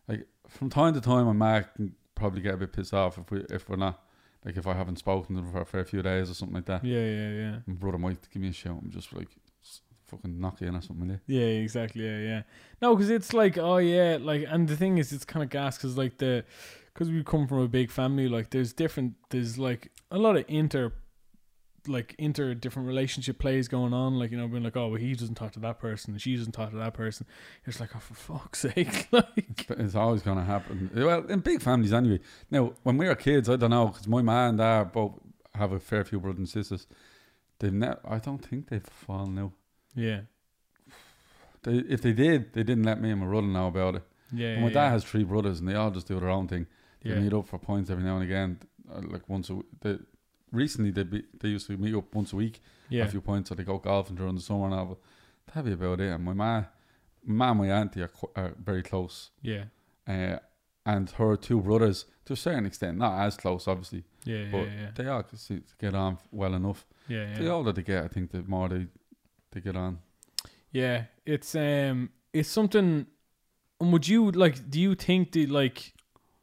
S2: like from time to time, my ma can probably get a bit pissed off if we if we're not like if I haven't spoken to them for, for a few days or something like that.
S1: yeah yeah yeah
S2: My brother might give me a shout. I'm just like "S- fucking knock in or something like
S1: yeah exactly yeah yeah no because it's like oh yeah like and the thing is it's kind of gas because like the because we come from a big family like there's different there's like a lot of inter like inter different relationship plays going on like you know being like oh well he doesn't talk to that person and she doesn't talk to that person it's like oh for fuck's sake like
S2: that. But It's always gonna happen. Eh, Well, in big families anyway. Now, when we were kids, I don't know because my man and dad both have a fair few brothers and sisters. They've never. I don't think they've fallen out.
S1: Yeah.
S2: They, if they did, they didn't let me and my brother know about it.
S1: Yeah.
S2: But my
S1: yeah,
S2: dad has three brothers, and they all just do their own thing. They
S1: yeah.
S2: meet up for points every now and again, uh, like once a w- they, Recently, they be, they used to meet up once a week,
S1: yeah.
S2: a few points, or they go golfing during the summer and all. But that'd be about it. And my ma, ma and my auntie are, qu- are very close,
S1: yeah.
S2: uh, and her two brothers, to a certain extent, not as close, obviously,
S1: Yeah. Yeah.
S2: but
S1: Yeah.
S2: they all can seem to get on well enough.
S1: Yeah.
S2: The
S1: Yeah.
S2: older they get, I think, the more they they get on.
S1: Yeah. It's um. It's something. And would you like? Do you think that like,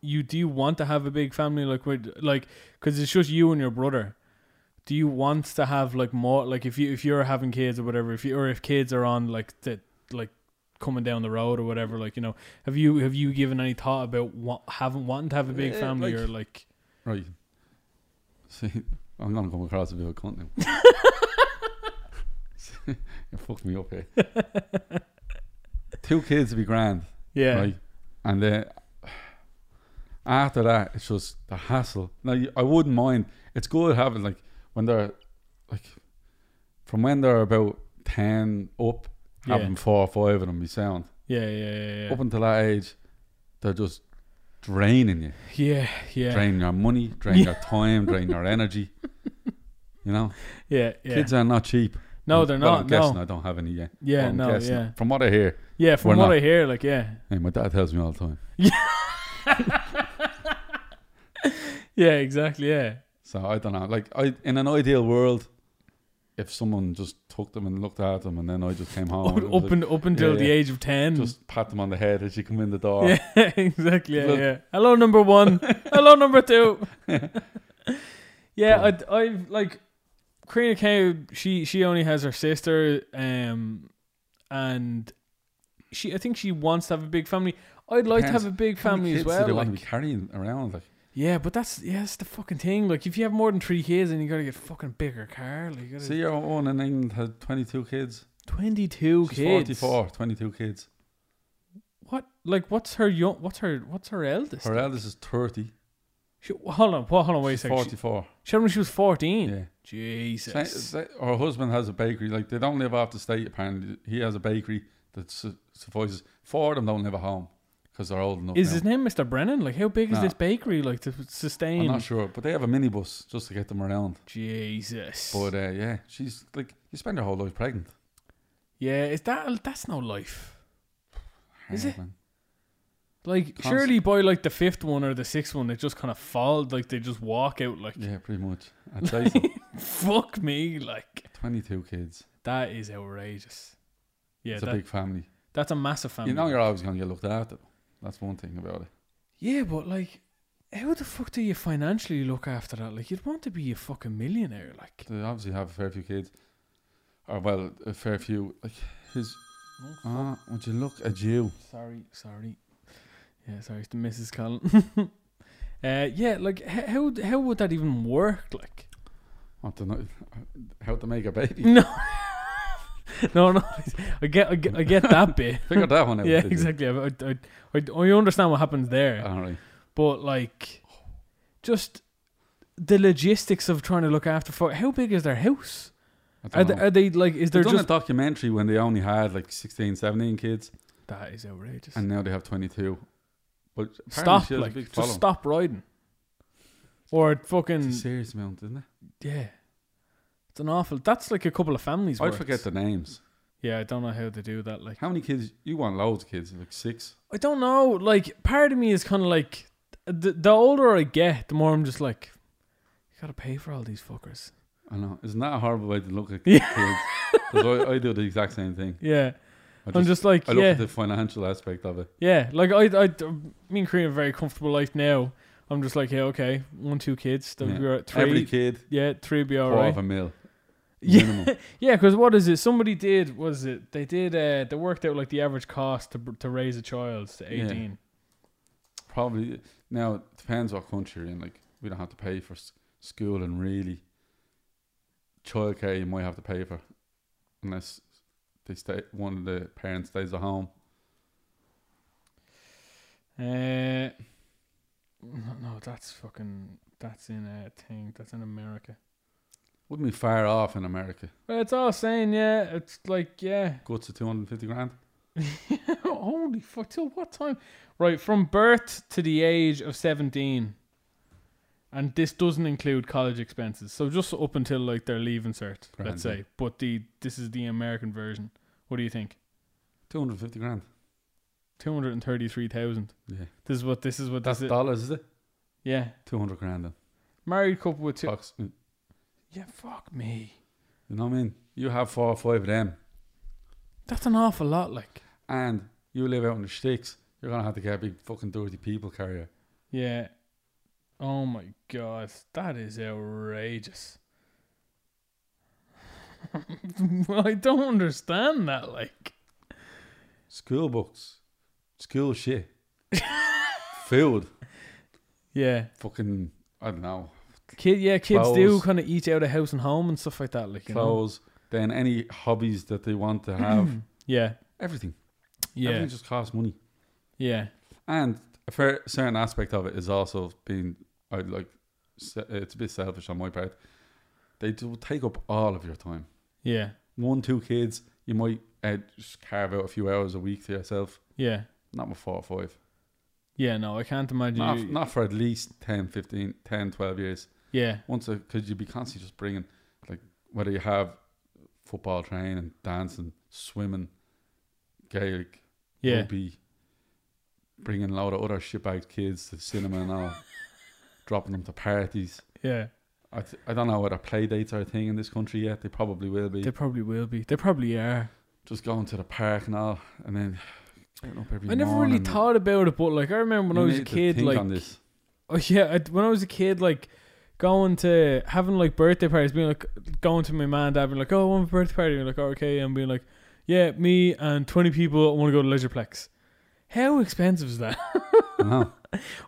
S1: you do you want to have a big family like with like because it's just you and your brother. Do you want to have like more like if you if you're having kids or whatever if you or if kids are on like the like coming down the road or whatever. Like you know, have you have you given any thought about what having wanting to have a big
S2: Eh,
S1: family
S2: like-
S1: or like?
S2: Right. See, I'm gonna come across a bit of a cunt now. you fucked me up here. Two kids would be grand,
S1: Yeah,
S2: right? And then after that, it's just the hassle. Now you- I wouldn't mind. It's good having like when they're like from when they're about ten up,
S1: Yeah.
S2: having four or five of them be sound.
S1: yeah, yeah, yeah, yeah,
S2: Up until that age, they're just draining you
S1: yeah, yeah,
S2: drain your money, drain your time, drain your energy. You know,
S1: yeah, yeah.
S2: kids are not cheap.
S1: no,
S2: Well,
S1: they're
S2: I'm
S1: not.
S2: guessing
S1: no,
S2: I don't have any yet.
S1: yeah,
S2: Well, I'm
S1: no,
S2: guessing.
S1: yeah,
S2: From what I hear,
S1: yeah. From
S2: We're
S1: what
S2: not.
S1: I hear, like, yeah,
S2: hey, my dad tells me all the time.
S1: yeah, exactly, yeah,
S2: So I don't know. Like, I in an ideal world, if someone just took them and looked at them, and then I just came home, and Oh, it was
S1: up,
S2: like,
S1: and, up until
S2: yeah,
S1: the
S2: yeah.
S1: age of ten.
S2: just pat them on the head as you come in the door.
S1: Yeah, exactly. Yeah,
S2: Look.
S1: yeah. Hello, number one. Hello, number two. yeah, I, I've like Karina K. She she only has her sister, um, and she I think she wants to have a big family. I'd like
S2: Depends.
S1: to have a big
S2: How many
S1: family as
S2: kids do
S1: well.
S2: they want
S1: like-
S2: to be carrying around. Like,
S1: yeah, but that's yeah, that's the fucking thing. Like, if you have more than three kids, then you gotta get a fucking bigger car. Like, you gotta
S2: see, your own in England had 22 kids.
S1: twenty-two
S2: She's
S1: kids.
S2: 44, 22 kids.
S1: What? Like, what's her young? What's her? What's her eldest?
S2: Her eldest is 30.
S1: She, hold on, hold on, wait a
S2: She's
S1: second. She-
S2: 44.
S1: She, told me she was fourteen.
S2: Yeah. Sa-
S1: Jesus.
S2: sa- Her husband has a bakery. Like they don't live off the state. Apparently, he has a bakery that su- suffices. Four of them don't live at home because they're old enough.
S1: Is
S2: now.
S1: his name Mr. Brennan? Like, how big is
S2: Nah.
S1: this bakery? Like to sustain?
S2: I'm not sure, but they have a minibus just to get them around.
S1: Jesus.
S2: But uh, yeah, she's like you spend her whole life pregnant.
S1: yeah, is that that's no life? Is
S2: Yeah,
S1: it?
S2: man.
S1: Like,
S2: Const-
S1: surely by like the fifth one or the sixth one, they just kind of fall. Like they just walk out. Like,
S2: Yeah, pretty much. I'd say so.
S1: fuck me. Like
S2: Twenty-two kids.
S1: that is outrageous. Yeah,
S2: it's a
S1: that,
S2: big family.
S1: that's a massive family.
S2: You know, you're always gonna get looked after. That's one thing about it.
S1: yeah, but like, how the fuck do you financially look after that? Like, you'd want to be a fucking millionaire. Like,
S2: They obviously have a fair few kids, or well, a fair few. Like his. Ah, would you look at you?
S1: Sorry, sorry. Yeah, sorry, it's the Mrs. Collin. uh, yeah, like h- how d- how would that even work? Like,
S2: I don't know how to make a baby.
S1: no, no, no. I get, I get, I get that bit.
S2: Figure that one out.
S1: yeah,
S2: did you?
S1: exactly. I, I, I, I understand what happens there,
S2: All right.
S1: but like, just the logistics of trying to look after. For how big is their house?
S2: I don't
S1: Are they,
S2: know.
S1: are they like? Is there
S2: They've done a
S1: just
S2: documentary when they only had like 16, 17 kids,
S1: that is outrageous?
S2: and now they have 22. But apparently
S1: stop,
S2: she has
S1: like,
S2: a big
S1: just
S2: following.
S1: stop riding, or
S2: It's a
S1: fucking
S2: serious amount, isn't it?
S1: Yeah. It's an awful. That's like a couple of families.
S2: I
S1: worth.
S2: forget the names.
S1: Yeah, I don't know how they do that. Like,
S2: How many kids? You want loads of kids, like six.
S1: I don't know. Like, part of me is kind of like, the, the older I get, the more I'm just like, you gotta pay for all these fuckers.
S2: I know. Isn't that a horrible way to look at
S1: Yeah.
S2: kids? Because I, I do the exact same thing.
S1: Yeah,
S2: I just,
S1: I'm just like,
S2: I look
S1: yeah,
S2: at the financial aspect of it.
S1: yeah. Like, I, I, me and Korean have a very comfortable life now. I'm just like, yeah, okay, one, two kids, that'll
S2: Yeah.
S1: be all right. Three,
S2: Every kid,
S1: yeah, three would be
S2: four
S1: alright.
S2: of a mil.
S1: Yeah.
S2: Minimum.
S1: Yeah, because what is it? Somebody did was it? They did. Uh, they worked out like the average cost to to raise a child to
S2: Yeah.
S1: 18.
S2: Probably now it depends what country you're in. Like we don't have to pay for s- school and really childcare you might have to pay for, unless they stay one of the parents stays at home.
S1: Uh, no, no, that's fucking. That's in a thing. That's in America.
S2: Wouldn't be far off in America.
S1: Well, it's all saying, yeah. It's like, yeah.
S2: Guts to two hundred and fifty grand.
S1: Holy fuck! Till what time? Right, from birth to the age of seventeen, and this doesn't include college expenses. So just up until like their leaving cert,
S2: Grand,
S1: let's say.
S2: yeah.
S1: But the this is the American version. What do you think?
S2: Two hundred and fifty grand.
S1: Two hundred and thirty-three thousand.
S2: Yeah,
S1: This is what this is what
S2: that's
S1: this is.
S2: dollars, is it?
S1: Yeah,
S2: Two hundred grand. Then.
S1: married couple with two.
S2: Bucks. You
S1: Yeah, fuck me.
S2: know what I mean? You have four or five of them,
S1: That's an awful lot. Like,
S2: and you live out in the sticks. You're gonna have to get a big fucking dirty people carrier.
S1: Yeah. Oh my god, that is outrageous. I don't understand that. Like,
S2: School books, school shit, food,
S1: Yeah,
S2: fucking I don't know,
S1: kid. Yeah, kids do
S2: Clothes.
S1: kind of eat out of house and home and stuff like that. Like you know?
S2: clothes. Then any hobbies that they want to have,
S1: Yeah,
S2: everything.
S1: yeah,
S2: Everything just costs money.
S1: yeah,
S2: And a fair, certain aspect of it is also being, I like, se- it's a bit selfish on my part. They do take up all of your time.
S1: yeah,
S2: One, two kids, you might uh, just carve out a few hours a week to yourself.
S1: yeah,
S2: Not with four or five.
S1: yeah. No, I can't imagine.
S2: Not,
S1: you,
S2: not for at least 10, 15, 10, 12 years.
S1: yeah,
S2: Once, because you'd be constantly just bringing, like, whether you have football training, dancing, swimming, Gaelic,
S1: yeah,
S2: would be bringing a lot of other shitbag kids to the cinema and all, dropping them to parties.
S1: yeah.
S2: I, th- I don't know whether play dates are a thing in this country yet. They probably will be.
S1: They probably will be. They probably are.
S2: Just going to the park and all, and then getting up every
S1: I never really
S2: morning.
S1: thought about it, but like I remember when
S2: You
S1: I was a
S2: need to
S1: kid,
S2: think
S1: like
S2: on this.
S1: Oh yeah, I, when I was a kid, like going to having like birthday parties, being like going to my man and dad, being like, "Oh, I want a birthday party," and like, oh, "Okay," and being like, "Yeah, me and twenty people want to go to Leisureplex." How expensive is that?
S2: No.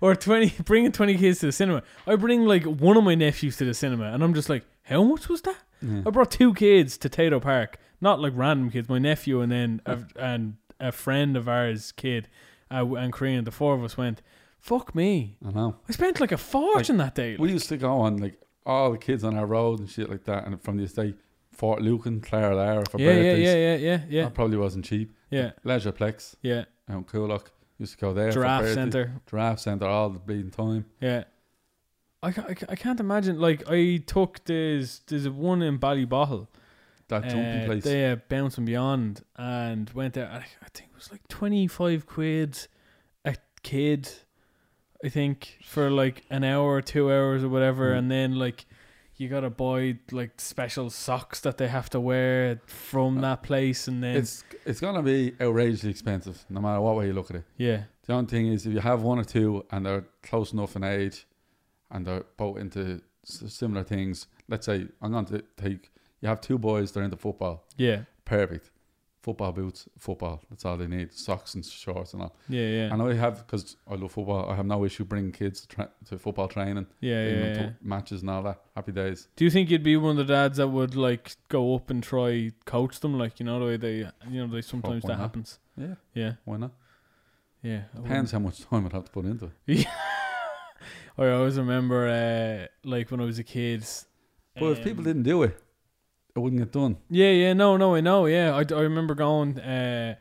S1: Or twenty, bringing twenty kids to the cinema. I bring like one of my nephews to the cinema, and I'm just like, "How much was that?"
S2: Yeah.
S1: I brought two kids to Tato Park, not like random kids. My nephew and then a,
S2: Mm.
S1: and a friend of ours' kid, uh, and Korean. The four of us went. Fuck me.
S2: I know.
S1: I spent like a fortune that day.
S2: We used to go on like all the kids on our road and shit like that, and from the estate, Fort Luke and Clara Lara for
S1: yeah, yeah,
S2: birthdays. Oh.
S1: yeah, yeah, yeah, yeah,
S2: That probably wasn't cheap.
S1: yeah,
S2: Leisureplex
S1: yeah.
S2: out Coolock used to go there. for
S1: Giraffe
S2: birthdays.
S1: Center.
S2: Giraffe Centre all the bleeding time.
S1: Yeah. I, ca- I, ca- I can't imagine. Like I took there's there's one in Ballybottle.
S2: That jumping
S1: uh,
S2: place.
S1: They uh, bounce and beyond and went there. I, I think it was like twenty five quid a kid. I think for like an hour or two hours or whatever,
S2: Mm.
S1: and then like you gotta buy like special socks that they have to wear from that place, and then
S2: Uh, It's it's gonna be outrageously expensive, no matter what way you look at it.
S1: yeah,
S2: The only thing is, if you have one or two and they're close enough in age, and they're both into s- similar things. Let's say I'm going to take you have two boys. They're into football.
S1: yeah,
S2: Perfect. Football boots, football. That's all they need. Socks and shorts and all.
S1: yeah, yeah,
S2: And I have because I love football. I have no issue bringing kids to, tra- to football training,
S1: yeah,
S2: taking
S1: yeah,
S2: them
S1: yeah.
S2: to matches and all that. Happy days.
S1: Do you think you'd be one of the dads that would like go up and try coach them, like you know the way they, you know, they sometimes
S2: why
S1: that
S2: not?
S1: happens.
S2: Yeah,
S1: Yeah,
S2: why not?
S1: yeah. I wouldn't-
S2: Depends how much time I'd have to put into it.
S1: I always remember, uh, like when I was a kid.
S2: But if people
S1: um,
S2: didn't do it, it wouldn't get done.
S1: Yeah, yeah, no, no, I know. Yeah, I, I remember going, uh,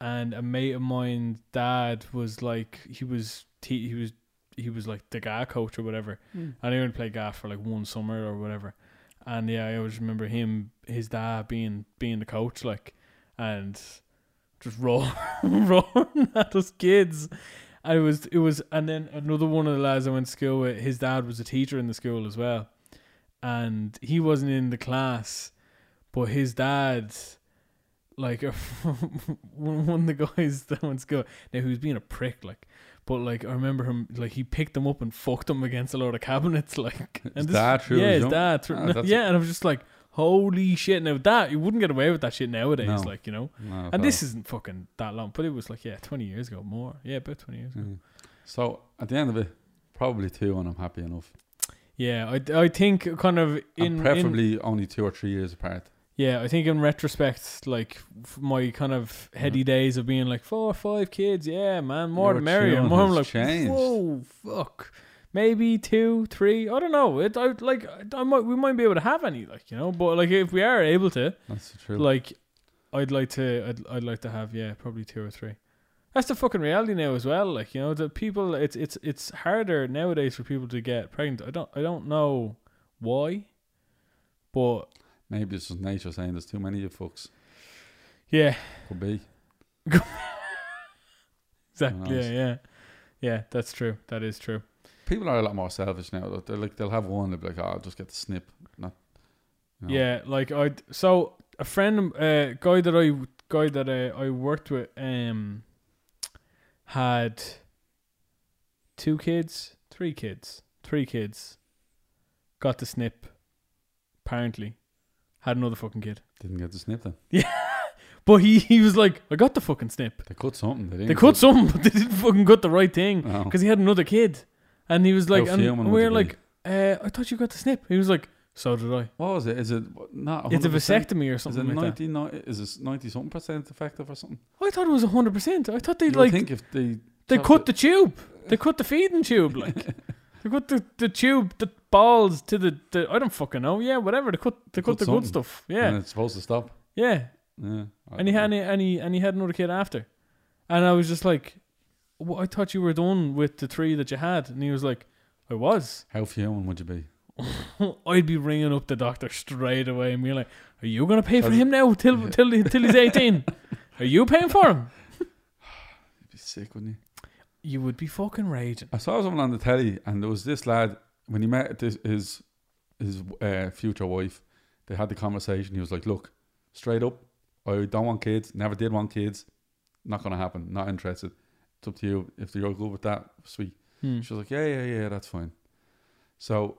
S1: and a mate of mine, dad was like, he was te- he was he was like the guy coach or whatever, and I only played gaff for like one summer or whatever. And yeah, I always remember him, his dad being being the coach, like, and just roaring, roaring at us kids. And it was it was, and then another one of the lads I went to school with, his dad was a teacher in the school as well, and he wasn't in the class, but his dad. Like one one of the guys that went to school, now he was being a prick, like, but like I remember him, like he picked them up and fucked them against a lot of cabinets, like,
S2: His
S1: and
S2: dad threw
S1: yeah,
S2: his
S1: his
S2: own-
S1: dad, threw-
S2: Ah, that's-
S1: yeah, and I was just like, holy shit! Now that you wouldn't get away with that shit nowadays,
S2: No. Uh-huh.
S1: like you know.
S2: No,
S1: And
S2: no.
S1: this isn't fucking that long, but it was like yeah, twenty years ago, more yeah, about twenty years. ago.
S2: Mm. So at the end of it, probably two, and I'm happy enough.
S1: Yeah, I, I think kind of in,
S2: and
S1: in
S2: preferably only two or three years apart.
S1: yeah, I think in retrospect, like f- my kind of heady days of being like four or five kids, yeah, man, more
S2: Mm-hmm. Your
S1: the merrier.
S2: tune
S1: More I'm
S2: has
S1: like,
S2: changed.
S1: whoa, fuck, maybe two, three, I don't know. It, I like, I might, we might be able to have any, like you know, but like if we are able to,
S2: That's the truth.
S1: like I'd like to I'd, I'd like to have yeah probably two or three that's the fucking reality now as well like you know the people it's it's it's harder nowadays for people to get pregnant I don't I don't know why but
S2: Maybe it's just nature saying there's too many of you fucks.
S1: yeah
S2: Could be.
S1: exactly yeah
S2: knows?
S1: yeah yeah that's true that is true
S2: People are a lot more selfish now. though. They're like they'll have one. They'll be like, "Oh, I'll just get the snip." Not. you know.
S1: Yeah, like I so a friend uh guy that I guy that uh, I worked with um had two kids, three kids, three kids. Got the snip apparently. Had another fucking kid.
S2: Didn't get the snip then.
S1: But he, he was like, I got the fucking snip.
S2: They cut something. They, didn't
S1: They cut something, but they didn't fucking cut the right thing
S2: No.
S1: because he had another kid, and he was like,
S2: How
S1: and
S2: fuming
S1: we
S2: would
S1: we're
S2: you be?
S1: like, uh, I thought you got the snip. He was like, so did I.
S2: What was it? Is it not?
S1: It's a
S2: 100%?
S1: vasectomy or
S2: Is it
S1: something like
S2: ninety nine? Is it ninety something percent effective or something?
S1: that. I thought it was hundred percent. I thought they
S2: You
S1: like
S2: like, think if they
S1: they
S2: chopped
S1: cut
S2: it-
S1: the tube. They cut the feeding tube. Like they cut the, the tube, the balls to the, the I don't fucking know. Yeah, whatever. They cut they
S2: They
S1: cut,
S2: cut
S1: the good
S2: something.
S1: stuff.
S2: and
S1: Yeah,
S2: it's supposed to stop.
S1: yeah.
S2: Yeah. I
S1: And he had
S2: don't know.
S1: and he and he had another kid after, and I was just like, well, I thought you were done with the three that you had, and he was like, I was.
S2: How fuming would you be?
S1: I'd be ringing up the doctor straight away and be like, "Are you gonna pay for
S2: Has-
S1: him now till till till he's 18? Are you paying for him?"
S2: You'd be sick, wouldn't you?
S1: You would be fucking raging.
S2: I saw someone on the telly, and there was this lad when he met this, his his uh, future wife. They had the conversation. He was like, "Look, straight up, I don't want kids. Never did want kids. Not gonna happen. Not interested. It's up to you. If you're good with that, sweet."
S1: Hmm.
S2: She was like, yeah, yeah, yeah, that's fine. So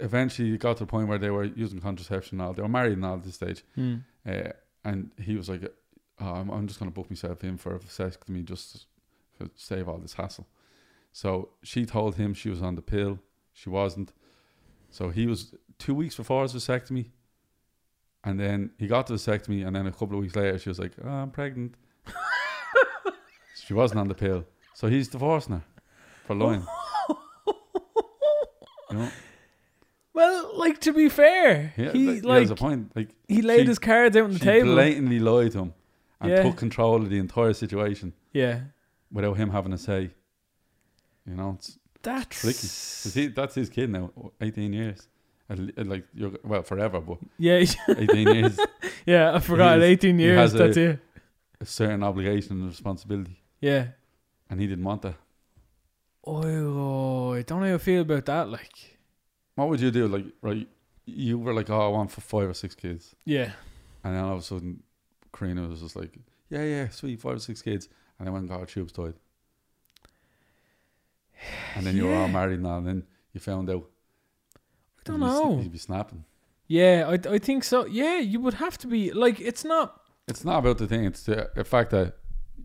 S2: eventually it got to the point where they were using contraception and all. They were married and all at this stage.
S1: Hmm.
S2: Uh, and he was like, oh, I'm, I'm just going to book myself in for a vasectomy just to save all this hassle. So she told him she was on the pill. She wasn't. So he was two weeks before his vasectomy. And then he got the vasectomy. And then a couple of weeks later, she was like, oh, I'm pregnant. she wasn't on the pill. So he's divorcing her for lying. You know?
S1: well, like to be fair,
S2: Yeah,
S1: he
S2: like, yeah,
S1: like
S2: there's a point. Like
S1: he laid
S2: she-
S1: his cards out on the
S2: she
S1: table.
S2: blatantly lied to him and
S1: Yeah.
S2: took control of the entire situation
S1: yeah,
S2: without him having a say. You know, it's,
S1: that's
S2: tricky. 'cause he, that's his kid now, eighteen years. At le- Like you're well forever, but
S1: yeah,
S2: eighteen years,
S1: yeah. I forgot.
S2: He is-
S1: Eighteen
S2: he
S1: years.
S2: has a-
S1: That's it.
S2: a certain obligation and responsibility,
S1: Yeah.
S2: and he didn't want that.
S1: Oh, I don't know how I feel about that. Like,
S2: What would you do? Like, right, you were like, oh, I want f- five or six kids,
S1: yeah,
S2: and then all of a sudden, Karina was just like, yeah, yeah, sweet, five or six kids, and then when God tubes died, and then you were all
S1: Yeah.
S2: married now, and then you found out.
S1: I don't
S2: you'd be s-
S1: know.
S2: You'd be snapping.
S1: Yeah, I I think so. Yeah, you would have to be like it's not.
S2: It's not about the thing. It's the, the fact that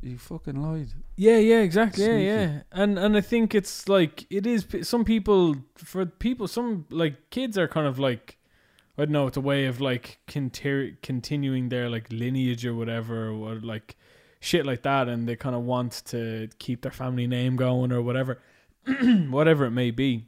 S2: you fucking lied.
S1: Yeah, yeah, exactly.
S2: Sneaky.
S1: Yeah, yeah. And and I think it's like it is p- some people for people some like kids are kind of like I don't know, it's a way of like conter- continuing their like lineage or whatever or like shit like that and they kind of want to keep their family name going or whatever whatever it may be.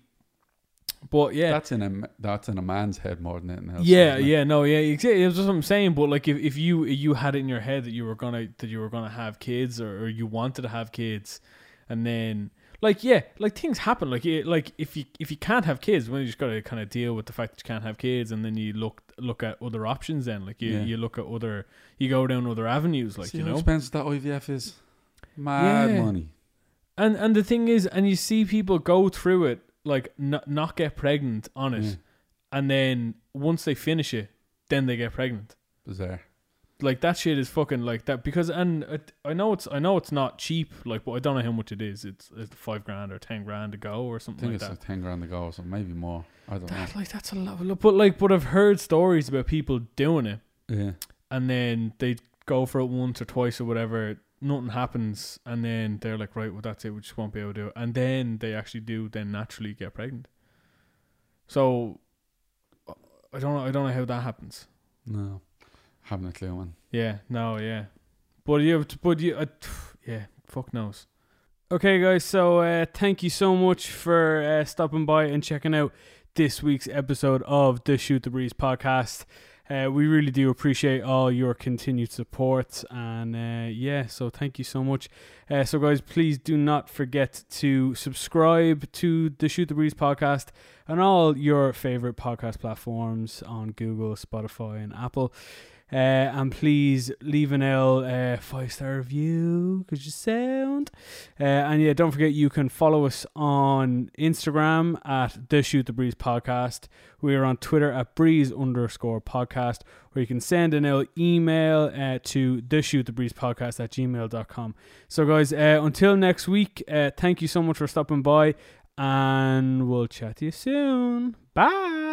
S1: But yeah.
S2: That's in a m- that's in a man's head more than anything else.
S1: Yeah,
S2: isn't it?
S1: yeah, no, yeah, exactly. That's what I'm saying. But like, if, if you you had it in your head that you were gonna that you were gonna have kids or, or you wanted to have kids, and then like yeah, like things happen. Like it, like if you if you can't have kids, well, you just gotta kind of deal with the fact that you can't have kids, and then you look look at other options. Then like you
S2: Yeah.
S1: you look at other you go down other avenues. Like
S2: See
S1: you
S2: how
S1: know,
S2: expensive that IVF is. Mad
S1: Yeah.
S2: money.
S1: and and the thing is, and you see people go through it like not not get pregnant on it,
S2: Yeah.
S1: and then once they finish it, then they get pregnant.
S2: Bizarre.
S1: like that shit is fucking like that because and it, I know it's I know it's not cheap like but I don't know how much it is it's, it's five grand or ten grand to go or
S2: I
S1: something
S2: think
S1: like
S2: it's
S1: that.
S2: like ten grand to go or something, maybe more. I don't
S1: that like that's a lot but like but I've heard stories about people doing it
S2: know. Yeah.
S1: and then they go for it once or twice or whatever nothing happens and then they're like right well that's it we just won't be able to do it and then they actually do then naturally get pregnant so I- I don't know I don't know how that happens
S2: No. Having a clue, man.
S1: Yeah, no, yeah. But you, but you, uh, yeah, fuck knows. Okay, guys, so uh, thank you so much for uh, stopping by and checking out this week's episode of the Shoot the Breeze podcast. Uh, we really do appreciate all your continued support, and uh, yeah, so thank you so much. Uh, so, guys, please do not forget to subscribe to the Shoot the Breeze podcast and all your favorite podcast platforms on Google, Spotify, and Apple. Uh, and please leave an L uh, five star review because you sound. Uh, and yeah, don't forget you can follow us on Instagram at the Shoot the Breeze podcast. We are on Twitter at breeze underscore podcast, or you can send an L email uh, to the Shoot the Breeze podcast at gmail.com. So, guys, uh, until next week, uh, thank you so much for stopping by, and we'll chat to you soon. Bye.